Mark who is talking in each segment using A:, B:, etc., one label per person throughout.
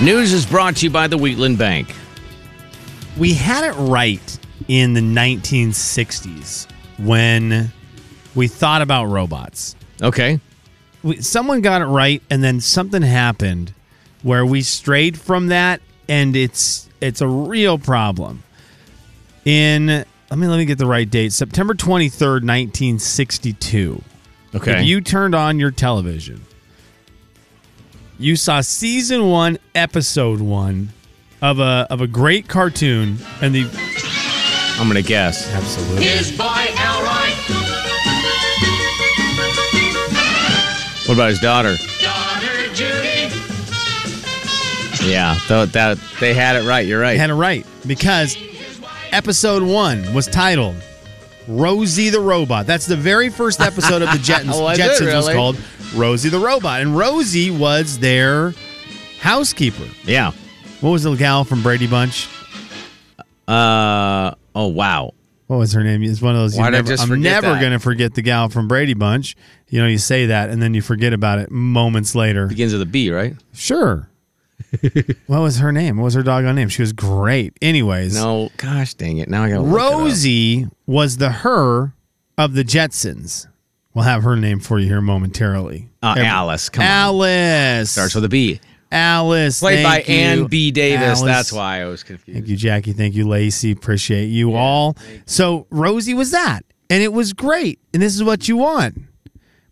A: News is brought to you by the Wheatland Bank.
B: we had it right in the 1960s when we thought about robots.
A: Okay.
B: We, someone got it right, and then something happened where we strayed from that, and it's it's a real problem. In let me let me get the right date: September 23rd, 1962.
A: Okay.
B: If you turned on your television, you saw season one, episode one of a of a great cartoon, and the
A: I'm going to guess.
B: Absolutely.
A: What about his daughter? Yeah, th- that they had it right. You're right.
B: Had it right because episode one was titled Rosie the Robot. That's the very first episode of the Jetsons.
A: Was it
B: Jetsons was
A: Oh, really?
B: called Rosie the Robot, and Rosie was their housekeeper.
A: yeah.
B: What was the gal from Brady Bunch?
A: Uh. Oh wow.
B: What was her name? It's one of those. you
A: Why'd I
B: never,
A: just
B: I'm
A: forget
B: never
A: that?
B: gonna forget the gal from Brady Bunch. You know, you say that and then you forget about it moments later.
A: Begins with a B, right?
B: Sure. what was her name? What was her doggone name? She was great. Anyways,
A: No. Gosh, dang it. Now I got
B: Rosie was the her of the Jetsons. We'll have her name for you here momentarily.
A: Uh,
B: Every-
A: Alice. Come on.
B: Alice
A: Starts with a B.
B: Alice.
A: Played
B: thank
A: by
B: you.
A: Ann B. Davis.
B: Alice.
A: That's why I was confused.
B: Thank you, Jackie. Thank you, Lacey. Appreciate you all. So Rosie was that, and it was great. And this is what you want.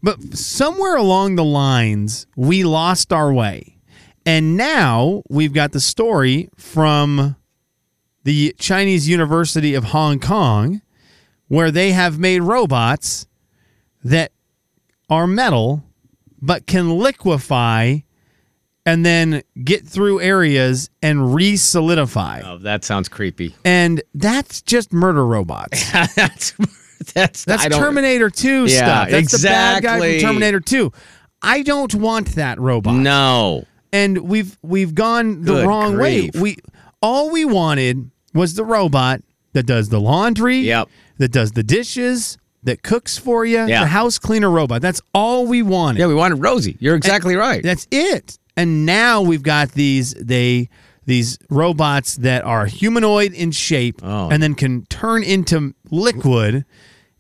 B: But somewhere along the lines, we lost our way. And now we've got the story from the Chinese University of Hong Kong, where they have made robots that are metal but can liquefy and then get through areas and re solidify.
A: Oh, that sounds creepy.
B: And that's just murder robots.
A: that's that's
B: That's
A: I don't-
B: Terminator 2
A: Yeah,
B: stuff. That's the bad guy
A: exactly.
B: from Terminator 2. I don't want that robot.
A: No.
B: And we've we've gone the
A: Good
B: wrong
A: grief.
B: way. We all we wanted was the robot that does the laundry,
A: Yep.
B: that does the dishes, that cooks for you,
A: Yeah.
B: the house cleaner robot. That's all we wanted.
A: Yeah, we wanted Rosie. You're exactly right.
B: That's it. And now we've got these they these robots that are humanoid in shape
A: Oh.
B: and then can turn into liquid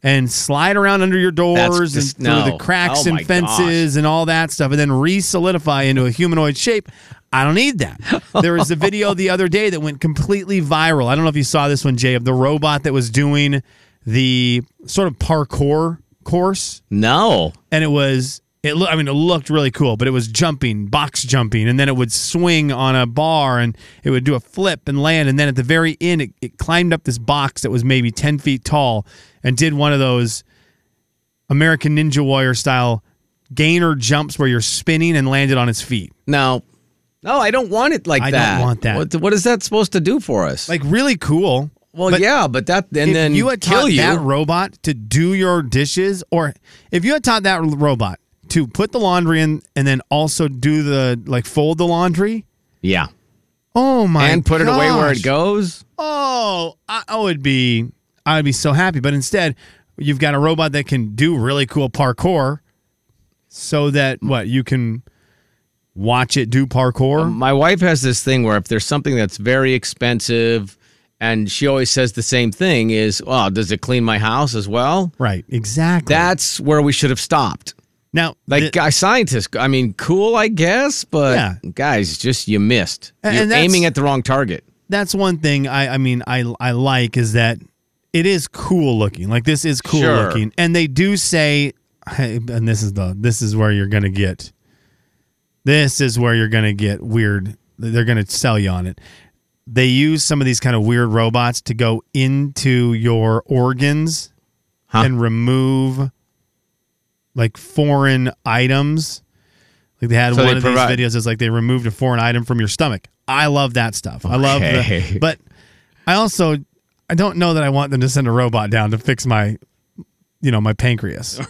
B: and slide around under your doors
A: just-
B: and through
A: no.
B: the cracks
A: Oh my
B: and fences and all that stuff and then re-solidify into a humanoid shape. I don't need that. There was a video the other day that went completely viral. I don't know if you saw this one, Jay, of the robot that was doing the sort of parkour course
A: No.
B: and it was it loo- I mean it looked really cool, but it was jumping, box jumping, and then it would swing on a bar and it would do a flip and land, and then at the very end it, it climbed up this box that was maybe ten feet tall and did one of those American Ninja Warrior style gainer jumps where you're spinning and landed on its feet.
A: No. No, I don't want it like
B: I don't
A: that.
B: want that.
A: What, what is that supposed to do for us?
B: Like really cool.
A: well,
B: but
A: yeah, but that and
B: if
A: then
B: you had
A: kill
B: taught
A: you.
B: that robot to do your dishes, or if you had taught that robot to put the laundry in and then also do the like fold the laundry,
A: yeah.
B: Oh my!
A: And put it away where it
B: gosh.
A: goes.
B: Oh, I, I would be, I would be so happy. But instead, you've got a robot that can do really cool parkour, so that what you can watch it do parkour.
A: My wife has this thing where if there's something that's very expensive and she always says the same thing is, "Well, does it clean my house as well?"
B: right? Exactly.
A: That's where we should have stopped.
B: now,
A: Like
B: the-
A: guys, scientists, I mean, cool, I guess, but
B: Yeah.
A: guys, just you missed.
B: And-
A: You're
B: and that's-
A: aiming at the wrong target.
B: that's one thing I, I mean, I, I like is that it is cool looking. Like this is cool
A: Sure.
B: looking, and they do say, hey, and this is the, this is where you're gonna get, this is where you're gonna get weird. They're gonna sell you on it. They use some of these kind of weird robots to go into your organs
A: Huh.
B: and remove like foreign items. Like they had
A: So
B: one
A: they
B: of
A: provide-
B: these videos is like they removed a foreign item from your stomach. I love that stuff. I love
A: Okay.
B: the, but I also I don't know that I want them to send a robot down to fix my you know, my pancreas.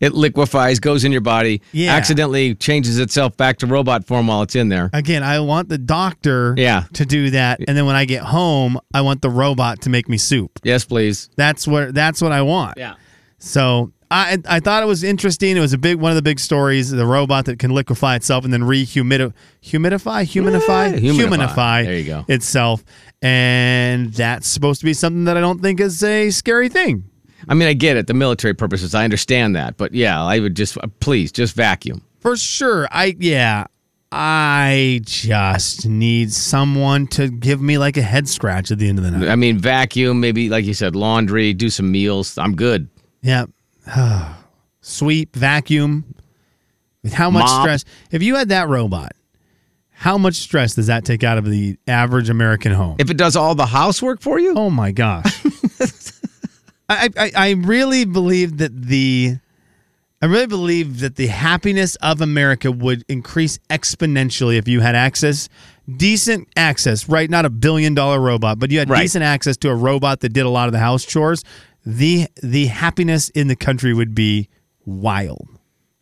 A: It liquefies, goes in your body,
B: Yeah.
A: accidentally changes itself back to robot form while it's in there.
B: Again, I want the doctor
A: Yeah.
B: to do that and then when I get home, I want the robot to make me soup.
A: Yes, please.
B: That's what that's what I want.
A: Yeah.
B: So I I thought it was interesting. It was a big one of the big stories. The robot that can liquefy itself and then rehumidify, humidify, humanify,
A: Yeah, humanify. There you go.
B: itself, and that's supposed to be something that I don't think is a scary thing.
A: I mean, I get it. The military purposes, I understand that. But yeah, I would just uh, please just vacuum.
B: For sure. I yeah. I just need someone to give me like a head scratch at the end of the night.
A: I mean, vacuum. Maybe like you said, laundry. Do some meals. I'm good.
B: Yeah. Sweep, vacuum. With how much
A: Mop.
B: stress? If you had that robot, how much stress does that take out of the average American home?
A: If it does all the housework for you,
B: oh my gosh. I, I, I really believe that the I really believe that the happiness of America would increase exponentially if you had access, decent access, right? Not a billion dollar robot, but you had
A: Right.
B: decent access to a robot that did a lot of the house chores. The the happiness in the country would be wild.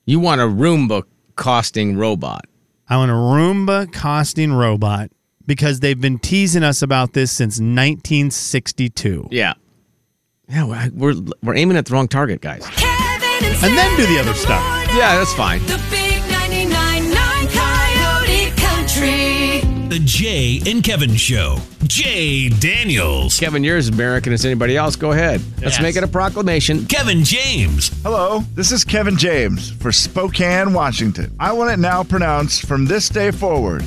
A: you want a Roomba costing robot.
B: I want a Roomba costing robot because they've been teasing us about this since 1962.
A: Yeah. Yeah, we're- we're we're aiming at the wrong target, guys.
C: Kevin and,
B: And then do the other
C: Slim in
B: stuff.
C: morning.
A: Yeah, that's fine.
C: The big 99.9 Coyote Country.
D: The Jay and Kevin Show. Jay Daniels.
A: Kevin, you're as American as anybody else. Go ahead. Let's
D: Yes.
A: make it a proclamation.
D: Kevin James.
E: Hello, this is Kevin James for Spokane, Washington. I want it now pronounced from this day forward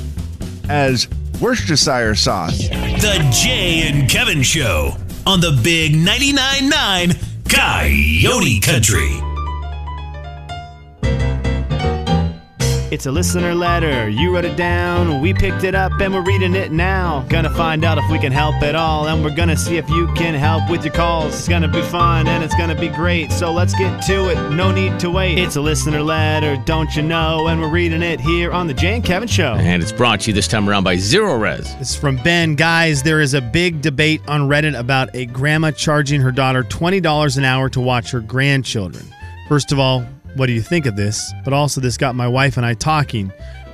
E: as Worcestershire sauce.
D: The Jay and Kevin Show on the Big 99.9 9 Coyote Country.
B: It's a listener letter. You wrote it down. We picked it up and we're reading it now. Gonna find out if we can help at all. And we're gonna see if you can help with your calls. It's gonna be fun and it's gonna be great. So let's get to it. No need to wait. It's a listener letter, don't you know? And we're reading it here on The Jay and Kevin Show.
A: And it's brought to you this time around by Zero Res.
B: This is from Ben. Guys, there is a big debate on Reddit about a grandma charging her daughter $20 an hour to watch her grandchildren. First of all, what do you think of this? But also, this got my wife and I talking.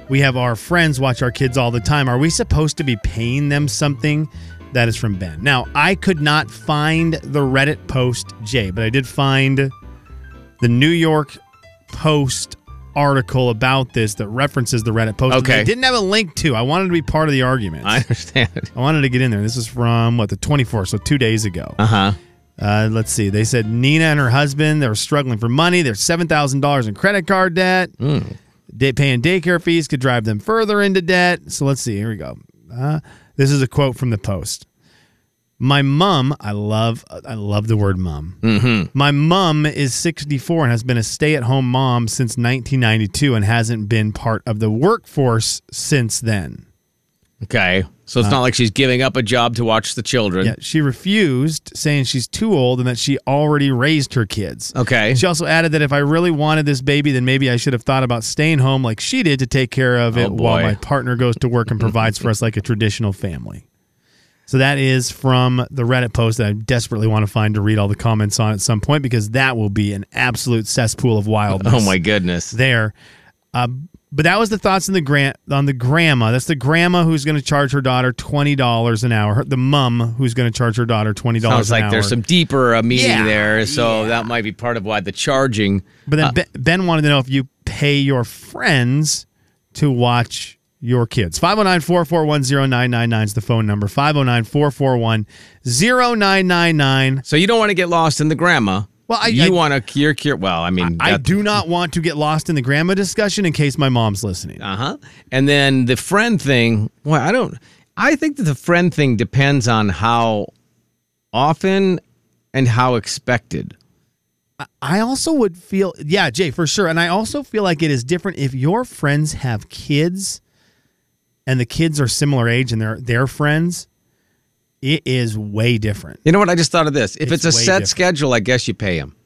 B: We have our friends watch our kids all the time. Are we supposed to be paying them something? That is from Ben. Now, I could not find the Reddit post, Jay, but I did find the New York Post article about this that references the Reddit post.
A: Okay.
B: I didn't have a link to. I wanted to be part of the argument.
A: I understand.
B: I wanted to get in there. This is from what the 24th, so two days ago.
A: Uh huh.
B: Uh, let's see. They said Nina and her husband they were struggling for money. They're seven thousand dollars in credit card debt. Day, paying daycare fees could drive them further into debt. So let's see. Here we go. Uh, this is a quote from the post. My mom, I love, I love the word mom. Mm-hmm. My mom is 64 and has been a stay-at-home mom since 1992 and hasn't been part of the workforce since then.
A: Okay. So it's not like she's giving up a job to watch the children.
B: Uh-huh. Yeah, she refused, saying she's too old and that she already raised her kids.
A: Okay.
B: She also added that if I really wanted this baby, then maybe I should have thought about staying home like she did to take care of it
A: Oh,
B: while
A: boy.
B: my partner goes to work and provides for us like a traditional family. So that is from the Reddit post that I desperately want to find to read all the comments on at some point because that will be an absolute cesspool of wildness
A: Oh my goodness.
B: there. Uh, but that was the thoughts on the grant on the grandma. That's the grandma who's going to charge her daughter twenty dollars an hour. Her- The mum who's going to charge her daughter twenty dollars.
A: Sounds like
B: an
A: there's
B: hour.
A: some deeper uh, meaning
B: Yeah,
A: there, so that might be part of why the charging.
B: But then ben, ben wanted to know if you pay your friends to watch your kids. 509 441 0999 is the phone number. 509 441 0999.
A: So you don't want to get lost in the grandma.
B: Well, I-
A: you
B: I-
A: want to cure cure. Well, I mean,
B: I do not want to get lost in the grandma discussion in case my mom's listening.
A: Uh huh. And then the friend thing. Well, I don't. I think that the friend thing depends on how often and how expected.
B: I also would feel, yeah, Jay, for sure. And I also feel like it is different if your friends have kids and the kids are similar age and they're their friends. It is way different.
A: You know what? I just thought of this. If it's,
B: It's
A: a
B: way
A: set
B: different.
A: schedule, I guess you pay him.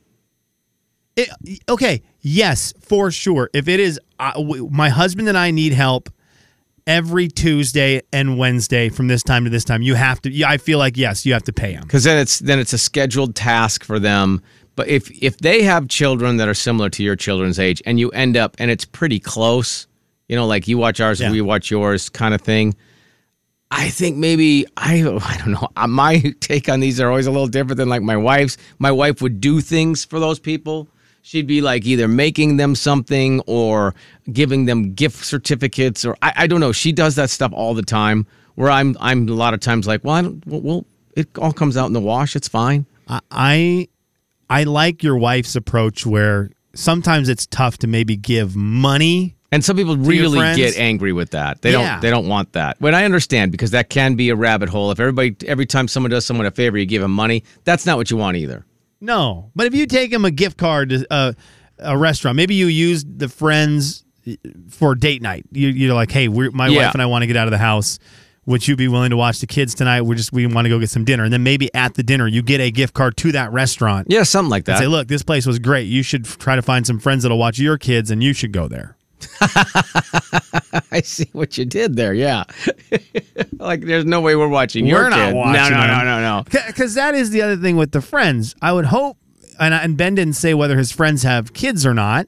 B: It, okay, yes, for sure. If it is, I- w- my husband and I need help every Tuesday and Wednesday from this time to this time. You have to. Yeah, I feel like yes, you have to pay him.
A: because then it's then it's a scheduled task for them. But if if they have children that are similar to your children's age, and you end up and it's pretty close, you know, like you watch ours,
B: Yeah.
A: we watch yours, kind of thing. I think maybe I I don't know. Uh, My take on these are always a little different than like my wife's. My wife would do things for those people. She'd be like either making them something or giving them gift certificates or I, I don't know. She does that stuff all the time. Where I'm I'm a lot of times like, well, I don't, well, well, it all comes out in the wash. It's fine.
B: I- I I like your wife's approach where sometimes it's tough to maybe give money.
A: And some people
B: your
A: really
B: friends?
A: get angry with that. They
B: Yeah.
A: don't they don't want that. But I understand because that can be a rabbit hole. If everybody every time someone does someone a favor, you give them money. That's not what you want either.
B: No, but if you take them a gift card to a, a restaurant, maybe you use the friends uh, for date night. You, you're like, hey, we're, my
A: Yeah.
B: wife and I want to get out of the house. Would you be willing to watch the kids tonight? We're just we want to go get some dinner, and then maybe at the dinner you get a gift card to that restaurant.
A: Yeah, something like that.
B: Say, look, this place was great. You should f- try to find some friends that'll watch your kids, and you should go there.
A: I see what you did there. Yeah, like there's no way we're watching your
B: We're not
A: kid.
B: watching
A: no, no, no,
B: them.
A: no, no.
B: Because that is the other thing with the friends. I would hope, and, I- and Ben didn't say whether his friends have kids or not,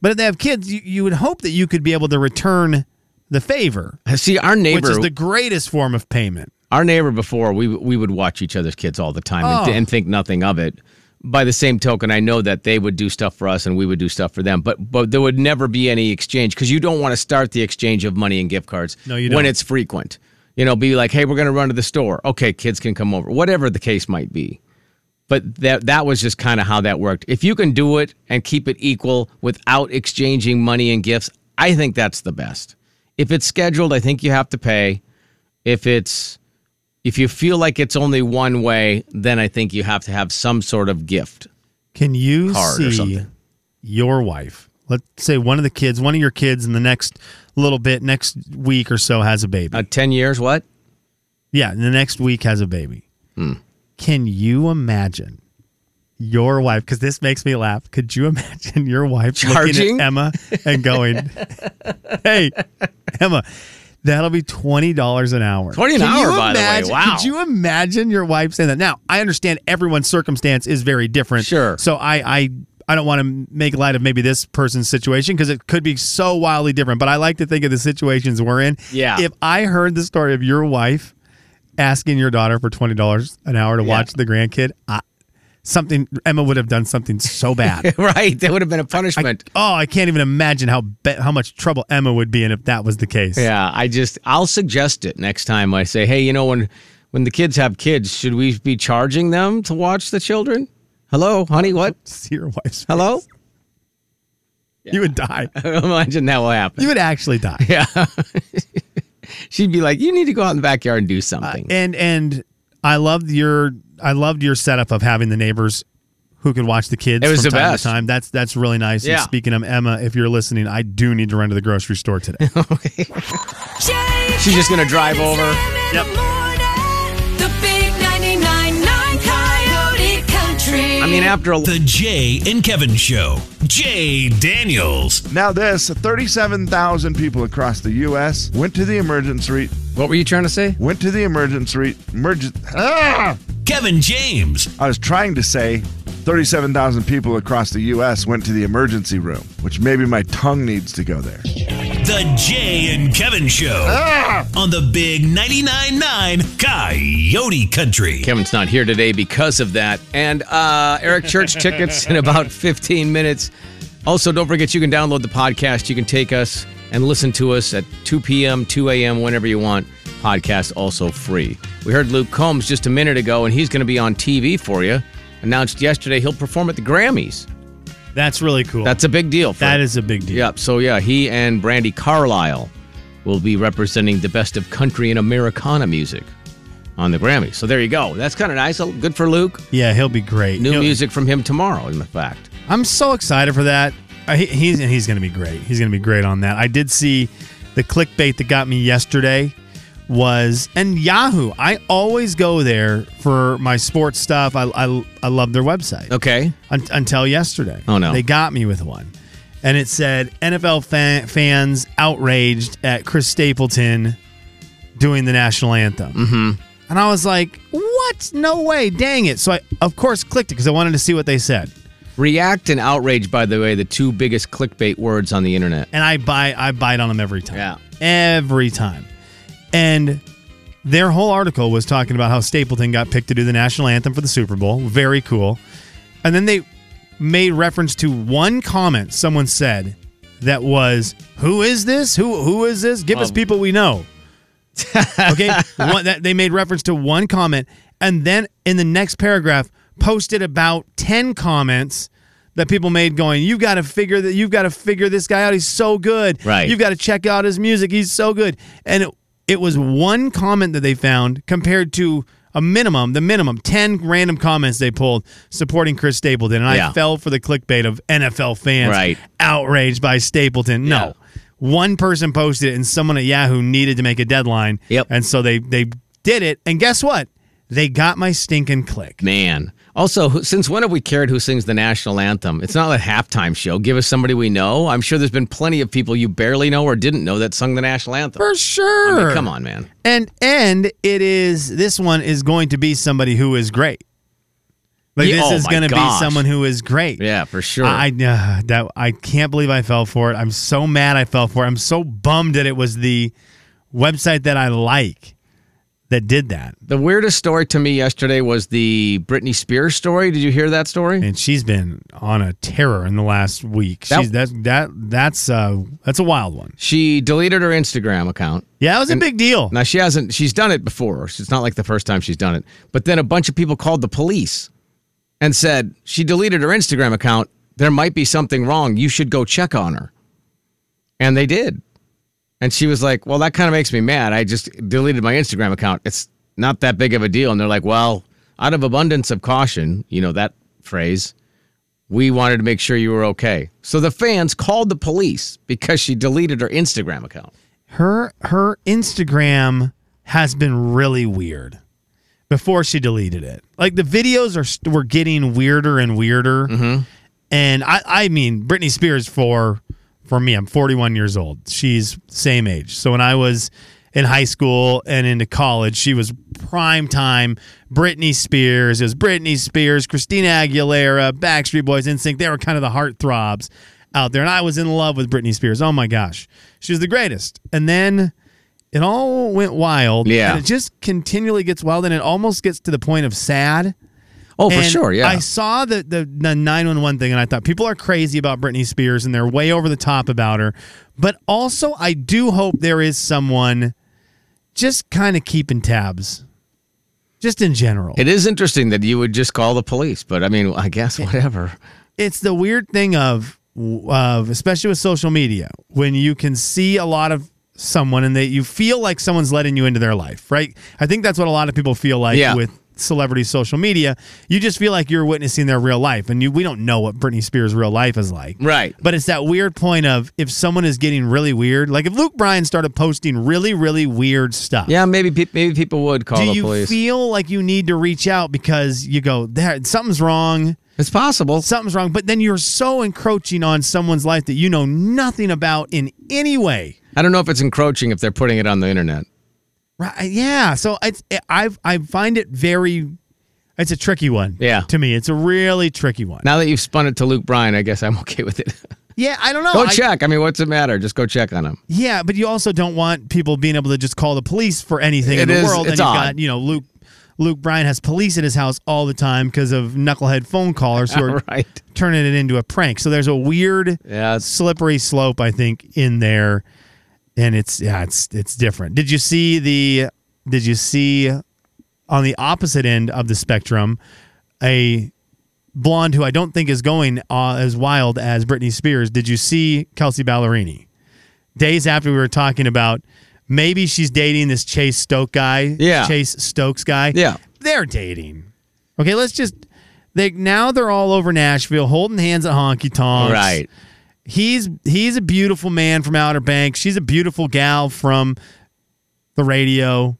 B: but if they have kids, you, you would hope that you could be able to return the favor,
A: See, our
B: which
A: neighbor,
B: is the greatest form of payment.
A: our neighbor before, we we would watch each other's kids all the time and,
B: Oh.
A: and think nothing of it. By the same token, I know that they would do stuff for us and we would do stuff for them, but but there would never be any exchange because you don't want to start the exchange of money and gift cards.
B: No, you
A: When
B: don't.
A: it's frequent, you know, be like, hey, we're going to run to the store. Okay, kids can come over, whatever the case might be. but that that was just kind of how that worked. If you can do it and keep it equal without exchanging money and gifts, I think that's the best. If it's scheduled, I think you have to pay. If it's if you feel like it's only one way, then I think you have to have some sort of gift.
B: Can you
A: Card or
B: see
A: something.
B: your wife? Let's say one of the kids, one of your kids in the next little bit, next week or so, has a baby.
A: Uh, Ten years, what?
B: Yeah, in the next week has a baby.
A: Hmm.
B: Can you imagine your wife? Because this makes me laugh. Could you imagine your wife looking
A: Charging?
B: at Emma and going, "Hey, Emma, that'll be twenty dollars an hour.
A: $20 an
B: Can you
A: hour, by the way.
B: imagine-
A: Wow.
B: Could you imagine your wife saying that? Now, I understand everyone's circumstance is very different.
A: Sure.
B: So I, I, I don't want to make light of maybe this person's situation because it could be so wildly different. But I like to think of the situations we're in.
A: Yeah.
B: If I heard the story of your wife asking your daughter for twenty dollars an hour to watch the grandkid, I, something Emma would have done something so bad.
A: right, that would have been a punishment.
B: oh, I can't even imagine how be- how much trouble Emma would be in if that was the case.
A: Yeah, I just I'll suggest it next time. I say, hey, you know when when the kids have kids, should we be charging them to watch the children? Hello, honey, what?
B: See your wife's.
A: Hello?
B: You would die.
A: Imagine that will happen.
B: You would actually die.
A: She'd be like, "You need to go out in the backyard and do something."
B: And and I loved your I loved your setup of having the neighbors who could watch the kids.
A: It was
B: from
A: the
B: time
A: best.
B: To time. That's that's really nice. And
A: Yeah.
B: speaking of Emma, if you're listening, I do need to run to the grocery store today.
C: Jay,
A: She's just gonna drive
C: Kevin,
A: over.
C: Sam in
B: Yep.
C: the morning. The big 99.9 Coyote Country.
A: I mean, after a
D: The Jay and Kevin Show. Jay Daniels.
E: Now, this 37,000 people across the U.S. went to the emergency
A: what were you trying to say?
E: went to the emergency emergency. Ah!
D: Kevin James.
E: I was trying to say 37,000 people across the U.S. went to the emergency room, which maybe my tongue needs to go there.
D: The Jay and Kevin Show. On the big 99.9 Coyote Country.
A: Kevin's not here today because of that. And uh, Eric Church tickets in about 15 minutes. Also, don't forget you can download the podcast. You can take us and listen to us at 2 p.m., 2 a.m., whenever you want. Podcast also free. We heard Luke Combs just a minute ago, and he's going to be on TV for you. Announced yesterday he'll perform at the Grammys.
B: that's really cool.
A: That's a big deal. For
B: that is a big deal.
A: Yep. So yeah, he and Brandy Carlisle will be representing the best of country and Americana music on the Grammys. So there you go. That's kind of nice. Oh, Good for Luke.
B: Yeah, he'll be great.
A: New
B: He'll-
A: music from him tomorrow. In fact,
B: I'm so excited for that. Uh, he, he's he's going to be great. He's going to be great on that. I did see the clickbait that got me yesterday was and Yahoo. I always go there for my sports stuff. I I, I love their website
A: okay.
B: un- until yesterday.
A: Oh, no.
B: They got me with one. And it said NFL fan- fans outraged at Chris Stapleton doing the national anthem. Mm-hmm. And I was like, "What? No way! Dang it!" So I, of course, clicked it because I wanted to see what they said.
A: React and outrage, by the way, the two biggest clickbait words on the internet.
B: and I buy I bite on them every time.
A: Yeah.
B: Every time. And Their whole article was talking about how Stapleton got picked to do the national anthem for the Super Bowl. Very cool. And then they made reference to one comment someone said that was, "Who is this? Who who is this? Give us
A: Um.
B: people we know." okay, one, that, they made reference to one comment, and then in the next paragraph, posted about ten comments that people made going, "You've got to figure that. You've got to figure this guy out. He's so good.
A: Right.
B: You've got to check out his music. He's so good." And it, it was one comment that they found compared to a minimum, the minimum ten random comments they pulled supporting Chris Stapleton, and
A: Yeah.
B: I fell for the clickbait of NFL fans
A: Right.
B: outraged by Stapleton. No.
A: Yeah.
B: One person posted it, and someone at Yahoo needed to make a deadline.
A: Yep.
B: And so they they did it, and guess what? They got my stinking click.
A: Man. Also, who- since when have we cared who sings the national anthem? It's not a halftime show. Give us somebody we know. I'm sure there's been plenty of people you barely know or didn't know that sung the national anthem.
B: For
A: I
B: sure.
A: mean, come on, man.
B: And and it is this one is going to be somebody who is great. Like
A: Yeah,
B: this
A: oh
B: is
A: my
B: going to be
A: gosh.
B: someone who is great.
A: Yeah, for sure.
B: I uh, that I can't believe I fell for it. I'm so mad I fell for it. I'm so bummed that it was the website that I like that did that.
A: the weirdest story to me yesterday was the Britney Spears story. Did you hear that story?
B: and she's been on a terror in the last week. She's that that that's uh that's a wild one.
A: She deleted her Instagram account.
B: Yeah, that was a big deal.
A: Now she hasn't. She's done it before. It's not like the first time she's done it. But then a bunch of people called the police and said she deleted her Instagram account. There might be something wrong. You should go check on her. And they did. And she was like, "Well, that kind of makes me mad. I just deleted my Instagram account. It's not that big of a deal." And they're like, "Well, out of abundance of caution, you know that phrase." We wanted to make sure you were okay. So the fans called the police because she deleted her Instagram account.
B: Her her Instagram has been really weird before she deleted it. Like the videos are st- were getting weirder and weirder. And I I mean Britney Spears for for me I'm 41 years old. She's same age. So when I was in high school and into college, she was prime time Britney Spears. It was Britney Spears, Christina Aguilera, Backstreet Boys, NSYNC. They were kind of the heartthrobs out there. And I was in love with Britney Spears. Oh my gosh. She was the greatest. And then it all went wild.
A: Yeah.
B: And it just continually gets wild and it almost gets to the point of sad.
A: Oh, for
B: And
A: sure. Yeah.
B: I saw the the the nine one one thing, and I thought people are crazy about Britney Spears, and they're way over the top about her. But also, I do hope there is someone just kind of keeping tabs, just in general.
A: It is interesting that you would just call the police, but I mean, I guess whatever.
B: it's the weird thing of of especially with social media when you can see a lot of someone and they you feel like someone's letting you into their life, right? I think that's what a lot of people feel like
A: Yeah.
B: with celebrity social media. You just feel like you're witnessing their real life, and you we don't know what Britney Spears' real life is like,
A: Right.
B: But it's that weird point of if someone is getting really weird, like if Luke Bryan started posting really really weird stuff,
A: Yeah, maybe pe- maybe people would call
B: Do
A: the
B: you
A: police.
B: feel like you need to reach out because you go there something's wrong?
A: it's possible.
B: something's wrong. But then you're so encroaching on someone's life that you know nothing about in any way.
A: I don't know if it's encroaching if they're putting it on the internet.
B: Right? uh, Yeah. So it's I've I find it very. It's a tricky one.
A: Yeah.
B: To me, it's a really tricky one.
A: Now that you've spun it to Luke Bryan, I guess I'm okay with it.
B: yeah, I don't know.
A: go
B: I-
A: check. I mean, what's the matter? Just go check on him.
B: Yeah, but you also don't want people being able to just call the police for anything in
A: It
B: the
A: is-
B: world.
A: it's
B: and you've
A: odd.
B: got, you know, Luke Luke Bryan has police at his house all the time because of knucklehead phone callers who are
A: Right.
B: turning it into a prank. So there's a weird
A: Yeah, it's-
B: slippery slope, I think, in there. And it's yeah, it's it's different. Did you see the did you see on the opposite end of the spectrum a blonde who I don't think is going uh, as wild as Britney Spears. Did you see Kelsey Ballerini? Days after we were talking about maybe she's dating this Chase Stokes guy.
A: Yeah.
B: Chase Stokes guy.
A: Yeah.
B: They're dating. Okay, let's just they now they're all over Nashville holding hands at honky tonks.
A: Right.
B: He's he's a beautiful man from Outer Banks. She's a beautiful gal from the radio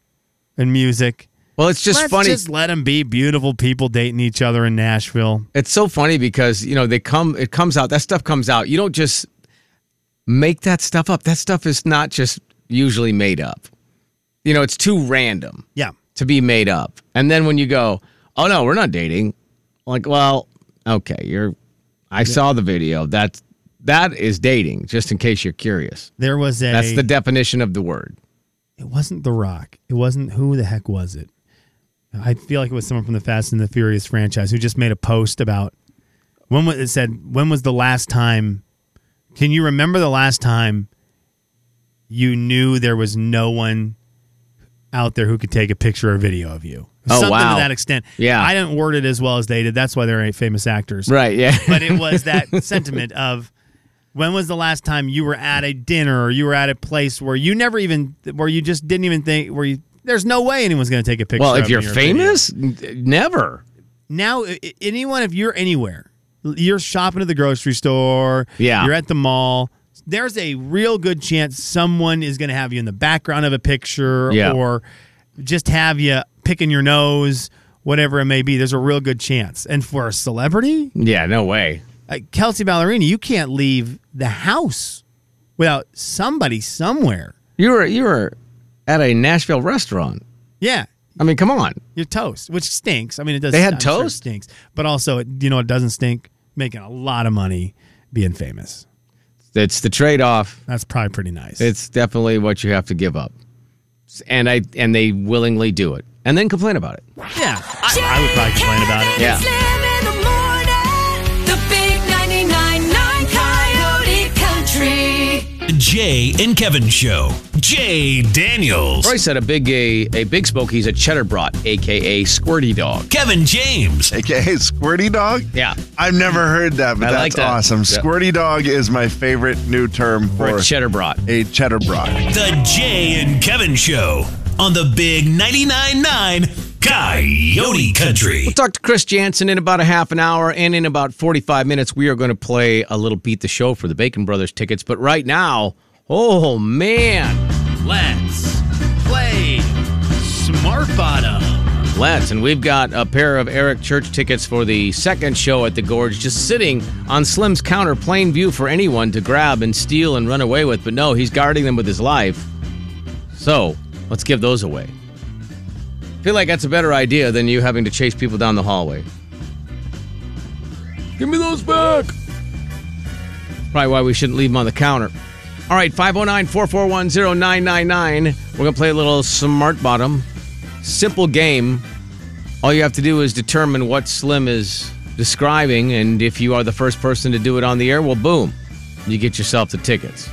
B: and music.
A: Well, it's just
B: Let's
A: funny.
B: just let them be beautiful people dating each other in Nashville.
A: it's so funny because you know they come it comes out that stuff comes out you don't just make that stuff up that stuff is not just usually made up you know it's too random
B: Yeah.
A: to be made up and then when you go oh no we're not dating like well okay you're i saw the video that's that is dating just in case you're curious
B: There was a
A: that's the definition of the word
B: It wasn't The Rock. It wasn't who the heck was it? I feel like it was someone from the Fast and the Furious franchise who just made a post about when was, it said when was the last time? Can you remember the last time you knew there was no one out there who could take a picture or video of you?
A: Oh,
B: Something
A: wow.
B: to that extent.
A: Yeah.
B: I didn't word it as well as they did. That's why they're famous actors
A: Right. Yeah.
B: but it was that sentiment of when was the last time you were at a dinner or you were at a place where you never even where you just didn't even think where you there's no way anyone's going to take a picture.
A: well,
B: of
A: if you're
B: me or video.
A: famous, n- never.
B: now, i- i- anyone if you're anywhere, you're shopping at the grocery store,
A: Yeah.
B: you're at the mall. There's a real good chance someone is going to have you in the background of a picture
A: Yeah.
B: or just have you picking your nose, whatever it may be. There's a real good chance. And for a celebrity,
A: Yeah. No way.
B: uh, Kelsey Ballerini, you can't leave the house without somebody somewhere.
A: You were you were at a Nashville restaurant.
B: Yeah,
A: I mean, come on.
B: your toast, which stinks. I mean, it does.
A: They had
B: I'm sure it
A: toast?
B: stinks, but also, it, you know, it doesn't stink. Making a lot of money, being famous.
A: It's the trade off.
B: That's probably pretty nice.
A: It's definitely what you have to give up. And I and they willingly do it. And then complain about it.
B: yeah. I, I would probably complain about it.
A: Yeah.
C: Slim in the morning, the big 99.9 Coyote Country.
D: Jay and Kevin Show. Jay Daniels.
A: Royce said a big a, a big He's a cheddar brat, aka squirty dog.
D: Kevin James.
E: AKA Squirty Dog?
A: Yeah.
E: I've never heard that, but
A: I
E: that's
A: like that.
E: awesome.
A: Yeah.
E: Squirty Dog is my favorite new term
A: Or
E: for
A: a cheddar brat.
E: a cheddar brock.
D: The Jay and Kevin Show on the Big 99.9 9 Coyote Country.
A: We'll talk to Chris Jansen in about a half an hour, and in about 45 minutes, we are going to play a little beat the show for the Bacon Brothers tickets. But right now, oh man,
B: Let's play smart bottom.
A: let's. And we've got a pair of Eric Church tickets for the second show at the Gorge just sitting on Slim's counter, plain view for anyone to grab and steal and run away with. But no, he's guarding them with his life. So let's give those away. feel like that's a better idea than you having to chase people down the hallway. Give me those back! Probably why we shouldn't leave them on the counter. All right, 509 441 0999. We're going to play a little smart bottom. Simple game. All you have to do is determine what Slim is describing, and if you are the first person to do it on the air, well, boom, you get yourself the tickets.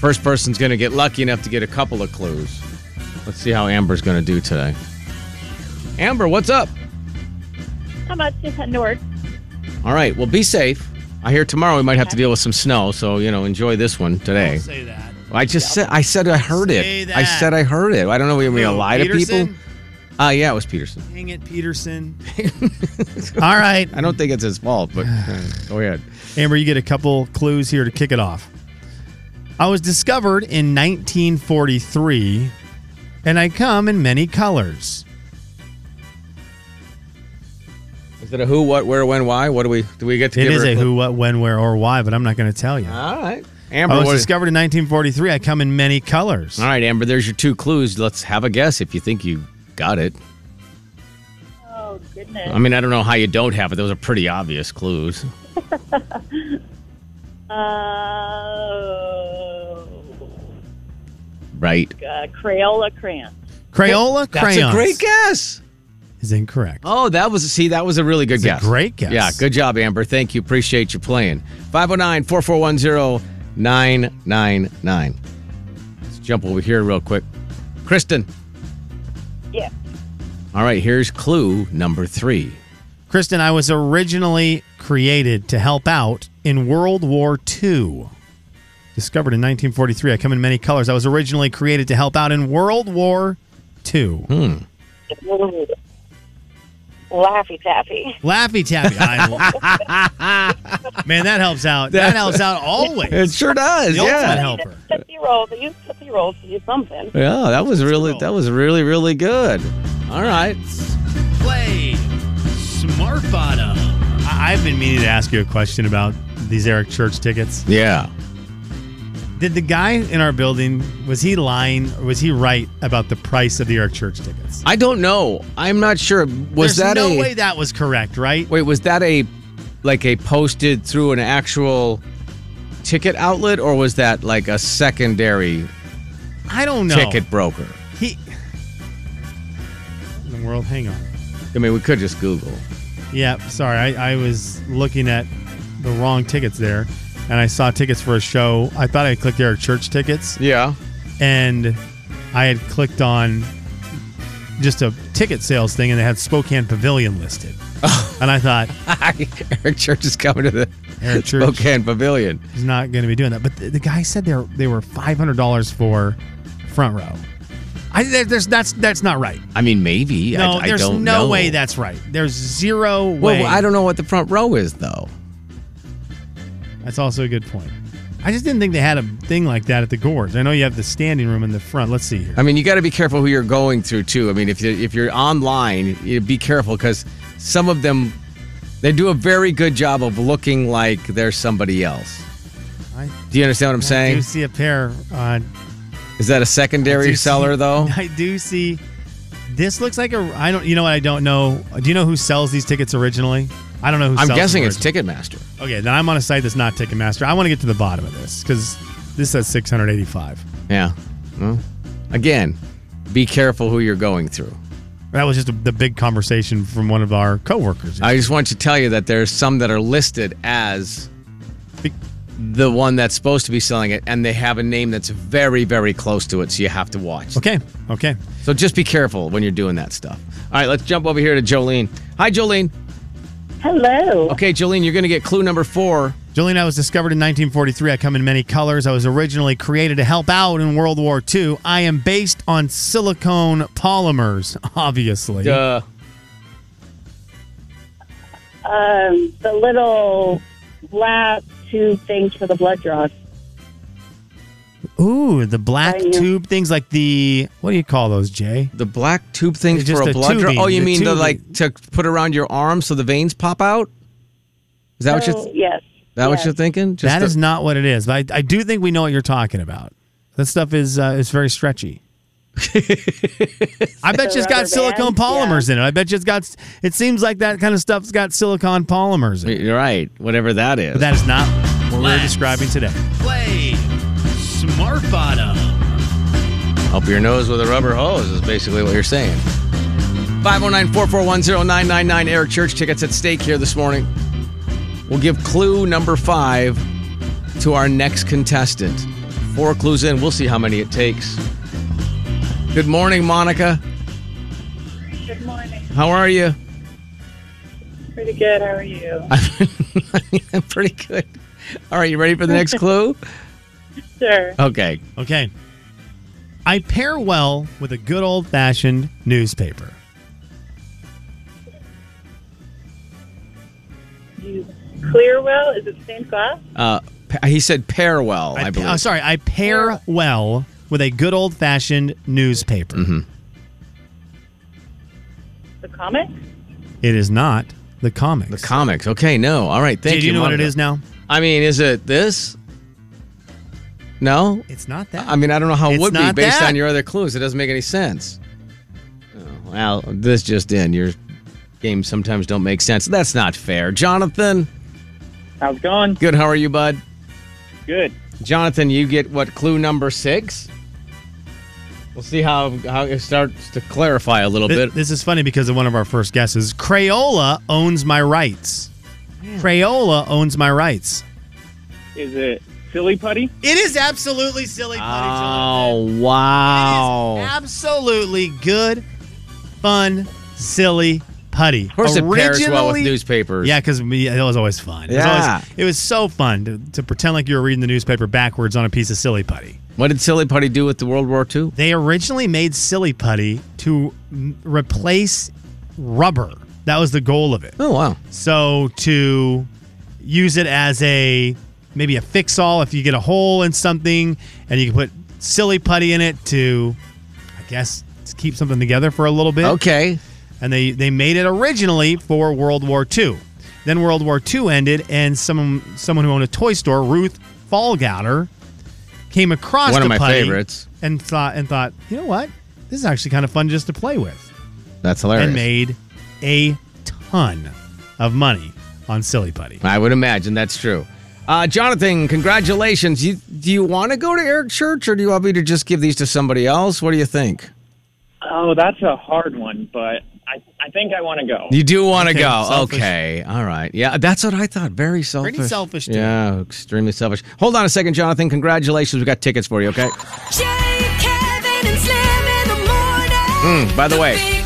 A: First person's going to get lucky enough to get a couple of clues. Let's see how Amber's going to do today. Amber, what's up?
F: How much is heading to work?
A: All right, well, be safe. I hear tomorrow we might have to deal with some snow, so you know, enjoy this one today.
B: Say that.
A: I just said I said I heard
B: Say
A: it.
B: that.
A: I said I heard it. I don't know. Are we gonna
B: Who,
A: lie to
B: Peterson?
A: people? Uh, yeah, it was Peterson.
B: Hang it, Peterson. All right,
A: I don't think it's his fault, but uh, go ahead.
B: Amber, you get a couple clues here to kick it off. I was discovered in 1943, and I come in many colors.
A: Is it a who, what, where, when, why? What do we do? We get to
B: It
A: give
B: is
A: her
B: a
A: clue?
B: who, what, when, where, or why, but I'm not going to tell you.
A: All right,
B: I
A: Amber.
B: was
A: what-
B: discovered in 1943. I come in many colors.
A: Oh, All right, Amber. There's your two clues. Let's have a guess if you think you got it.
F: Oh, goodness.
A: I mean, I don't know how you don't have it. Those are pretty obvious clues.
F: Uh,
A: Right.
F: uh, Crayola crayon.
B: Crayola
A: That's
B: crayons
A: a great guess.
B: is incorrect.
A: Oh, that was see, that was a really good
B: a
A: guess.
B: great guess.
A: Yeah, good job, Amber. Thank you. Appreciate you playing. 509-441-0999. Let's jump over here real quick. Kristen.
F: Yeah.
A: All right, here's clue number three.
B: Kristen, I was originally created to help out in World War II. Discovered in 1943. I come in many colors. I was originally created to help out in World War II.
A: Hmm.
F: Laffy Taffy.
B: Laffy Taffy. I, man, that helps out. That helps out always.
A: It sure does.
B: The ultimate
A: Yeah.
B: helper.
F: Tootsie roll. They use tootsie rolls to do something.
A: Yeah, that was really that was really, really good. All right.
B: Play Smart Bottom. I- I've been meaning to ask you a question about these Eric Church tickets.
A: Yeah.
B: Did the guy in our building was he lying or was he right about the price of the Eric Church tickets?
A: I don't know. I'm not sure. Was
B: There's
A: that
B: no
A: a
B: way that was correct, right?
A: Wait, was that a like a posted through an actual ticket outlet or was that like a secondary
B: I don't know.
A: ticket broker.
B: He. In the world, hang on.
A: I mean, we could just Google.
B: Yeah, sorry. I, I was looking at the wrong tickets there, and I saw tickets for a show. I thought I clicked Eric Church tickets,
A: Yeah.
B: and I had clicked on just a ticket sales thing, and they had Spokane Pavilion listed. and I thought
A: Eric Church is coming to the
B: Eric Church
A: Spokane Pavilion.
B: is not going to be doing that. But the, the guy said they were, they were five hundred dollars for front row. I, there- there's, that's that's not right.
A: I mean, maybe. I-
B: No,
A: I,
B: there's
A: don't
B: no
A: know.
B: way that's right. There's zero
A: Well,
B: way.
A: I don't know what the front row is though.
B: That's also a good point. I just didn't think they had a thing like that at the Gorge. I know you have the standing room in the front. Let's see here.
A: I mean, you got to be careful who you're going through too. I mean, if you if you're online, you be careful because some of them they do a very good job of looking like they're somebody else.
B: I,
A: Do you understand what I'm
B: I
A: saying?
B: do see a pair. Uh,
A: Is that a
B: I
A: secondary
B: do
A: seller
B: see-
A: though?
B: I do see. This looks like a. I don't. You know what? I don't know. Do you know who sells these tickets originally? I don't know who.
A: I'm
B: sells
A: guessing
B: them
A: it's Ticketmaster.
B: originally. Okay, then I'm on a site that's not Ticketmaster. I want to get to the bottom of this because this says 685.
A: Yeah. Well, again, be careful who you're going through.
B: That was just a, the big conversation from one of our coworkers.
A: I just want to tell you that there's some that are listed as
B: Be-
A: the one that's supposed to be selling it, and they have a name that's very, very close to it, so you have to watch.
B: okay. Okay.
A: So just be careful when you're doing that stuff. All right, let's jump over here to Jolene. Hi, Jolene.
F: Hello.
A: Okay, Jolene, you're going to get clue number four.
B: Jolene, I was discovered in 1943. I come in many colors. I was originally created to help out in World War II. I am based on silicone polymers, obviously.
A: Duh.
F: Um, the little lab tube things for the blood draws.
B: Ooh, the black
F: I knew-
B: tube things like the what do you call those, Jay?
A: The black tube things
B: It's just
A: for a
B: a
A: blood draw.
B: tubing,
A: Oh, you
B: the
A: mean the
B: tubing.
A: like to put around your arm so the veins pop out? Is that what you're
F: Oh, yes.
A: that what
F: yes.
A: you're thinking? Just
B: That
A: the-
B: is not what it is, but I, I do think we know what you're talking about. That stuff is uh, is very stretchy. I bet
F: The
B: you it's got
F: rubber
B: silicone
F: band? Yeah.
B: polymers in it. I bet you it's got. It seems like that kind of stuff's got silicone polymers. In it.
A: you're right. Whatever that is.
B: But that is not what we're
D: Let's
B: describing today.
D: Play Smart Bottom.
A: Up your nose with a rubber hose is basically what you're saying. 509-441-0999 Eric Church tickets at stake here this morning. We'll give clue number 5 to our next contestant. Four clues in, we'll see how many it takes. Good morning, Monica.
F: Good morning.
A: How are you?
F: Pretty good. How are you?
A: I'm pretty good. All right, you ready for the next clue?
F: sure.
A: Okay.
B: Okay. I pair well with a good old fashioned newspaper.
F: You clear well? Is it stained glass?
A: Uh, pa- he said pair well, I, believe.
B: oh, sorry, I pair well with a good old fashioned newspaper.
A: Mm-hmm.
F: The comic?
B: It is not the comics.
A: The comics. Okay, no. All right, thank
B: Jay, do
A: you.
B: you know what it
A: Monica.
B: is now?
A: I mean, is it this? No?
B: It's not that.
A: I mean, I don't know how it
B: It's
A: would be
B: not
A: based
B: that.
A: on your other clues. It doesn't make any sense. Oh, well, this just in. Your games sometimes don't make sense. That's not fair. Jonathan,
G: How's it going?
A: good. How are you, bud?
G: Good.
A: Jonathan, you get what clue number six? We'll see how, how it starts to clarify a little
B: Thi-
A: bit.
B: This is funny because of one of our first guesses. Crayola owns my rights. Crayola owns my rights.
G: Is it Silly Putty?
B: It is absolutely silly. Putty, Jonathan.
A: Oh, wow.
B: It is absolutely good, fun, silly putty. Of
A: of course, it pairs well with newspapers.
B: Yeah, because it was always fun. It was,
A: Yeah.
B: always- it was so fun to, to pretend like you were reading the newspaper backwards on a piece of silly putty.
A: What did Silly Putty do with the World War II?
B: They originally made silly putty to m- replace rubber. That was the goal of it.
A: Oh, wow.
B: So to use it as a maybe a fix all if you get a hole in something and you can put silly putty in it to I guess to keep something together for a little
A: Eh.
B: bit.
A: Okay.
B: And they they made it originally for World War II. Then World War II ended and someone someone who owned a toy store, Ruth Fallgatter, came across
A: One of
B: the
A: my
B: putty
A: favorites.
B: and thought and thought, you know what? This is actually kind of fun just to play with
A: That's hilarious.
B: and made a ton of money on Silly Putty.
A: I would imagine that's true. Uh, Jonathan, congratulations. You, do you want to go to Eric Church or do you want me to just give these to somebody else? What do you think?
G: Oh, that's a hard one, but I, I think I want to go.
A: You do want to
B: Okay,
A: go.
B: selfish.
A: Okay. All right. Yeah, that's what I thought. Very selfish.
B: selfish, too.
A: Yeah, extremely selfish. Hold on a second, Jonathan. Congratulations. We got tickets for you, okay?
C: Jay, Kevin, and Slim in the morning.
A: Mm, by the way,
C: Big